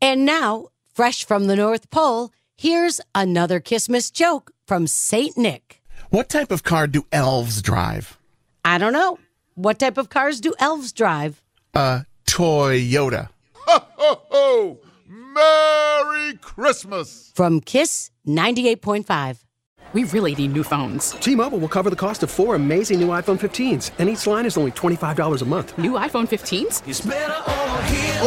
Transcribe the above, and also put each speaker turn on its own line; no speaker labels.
And now, fresh from the North Pole, here's another Christmas joke from St. Nick.
What type of car do elves drive?
I don't know. What type of cars do elves drive?
A Toyota.
Ho, ho, ho! Merry Christmas!
From Kiss 98.5.
We really need new phones.
T-Mobile will cover the cost of four amazing new iPhone 15s, and each line is only $25 a month.
New iPhone 15s?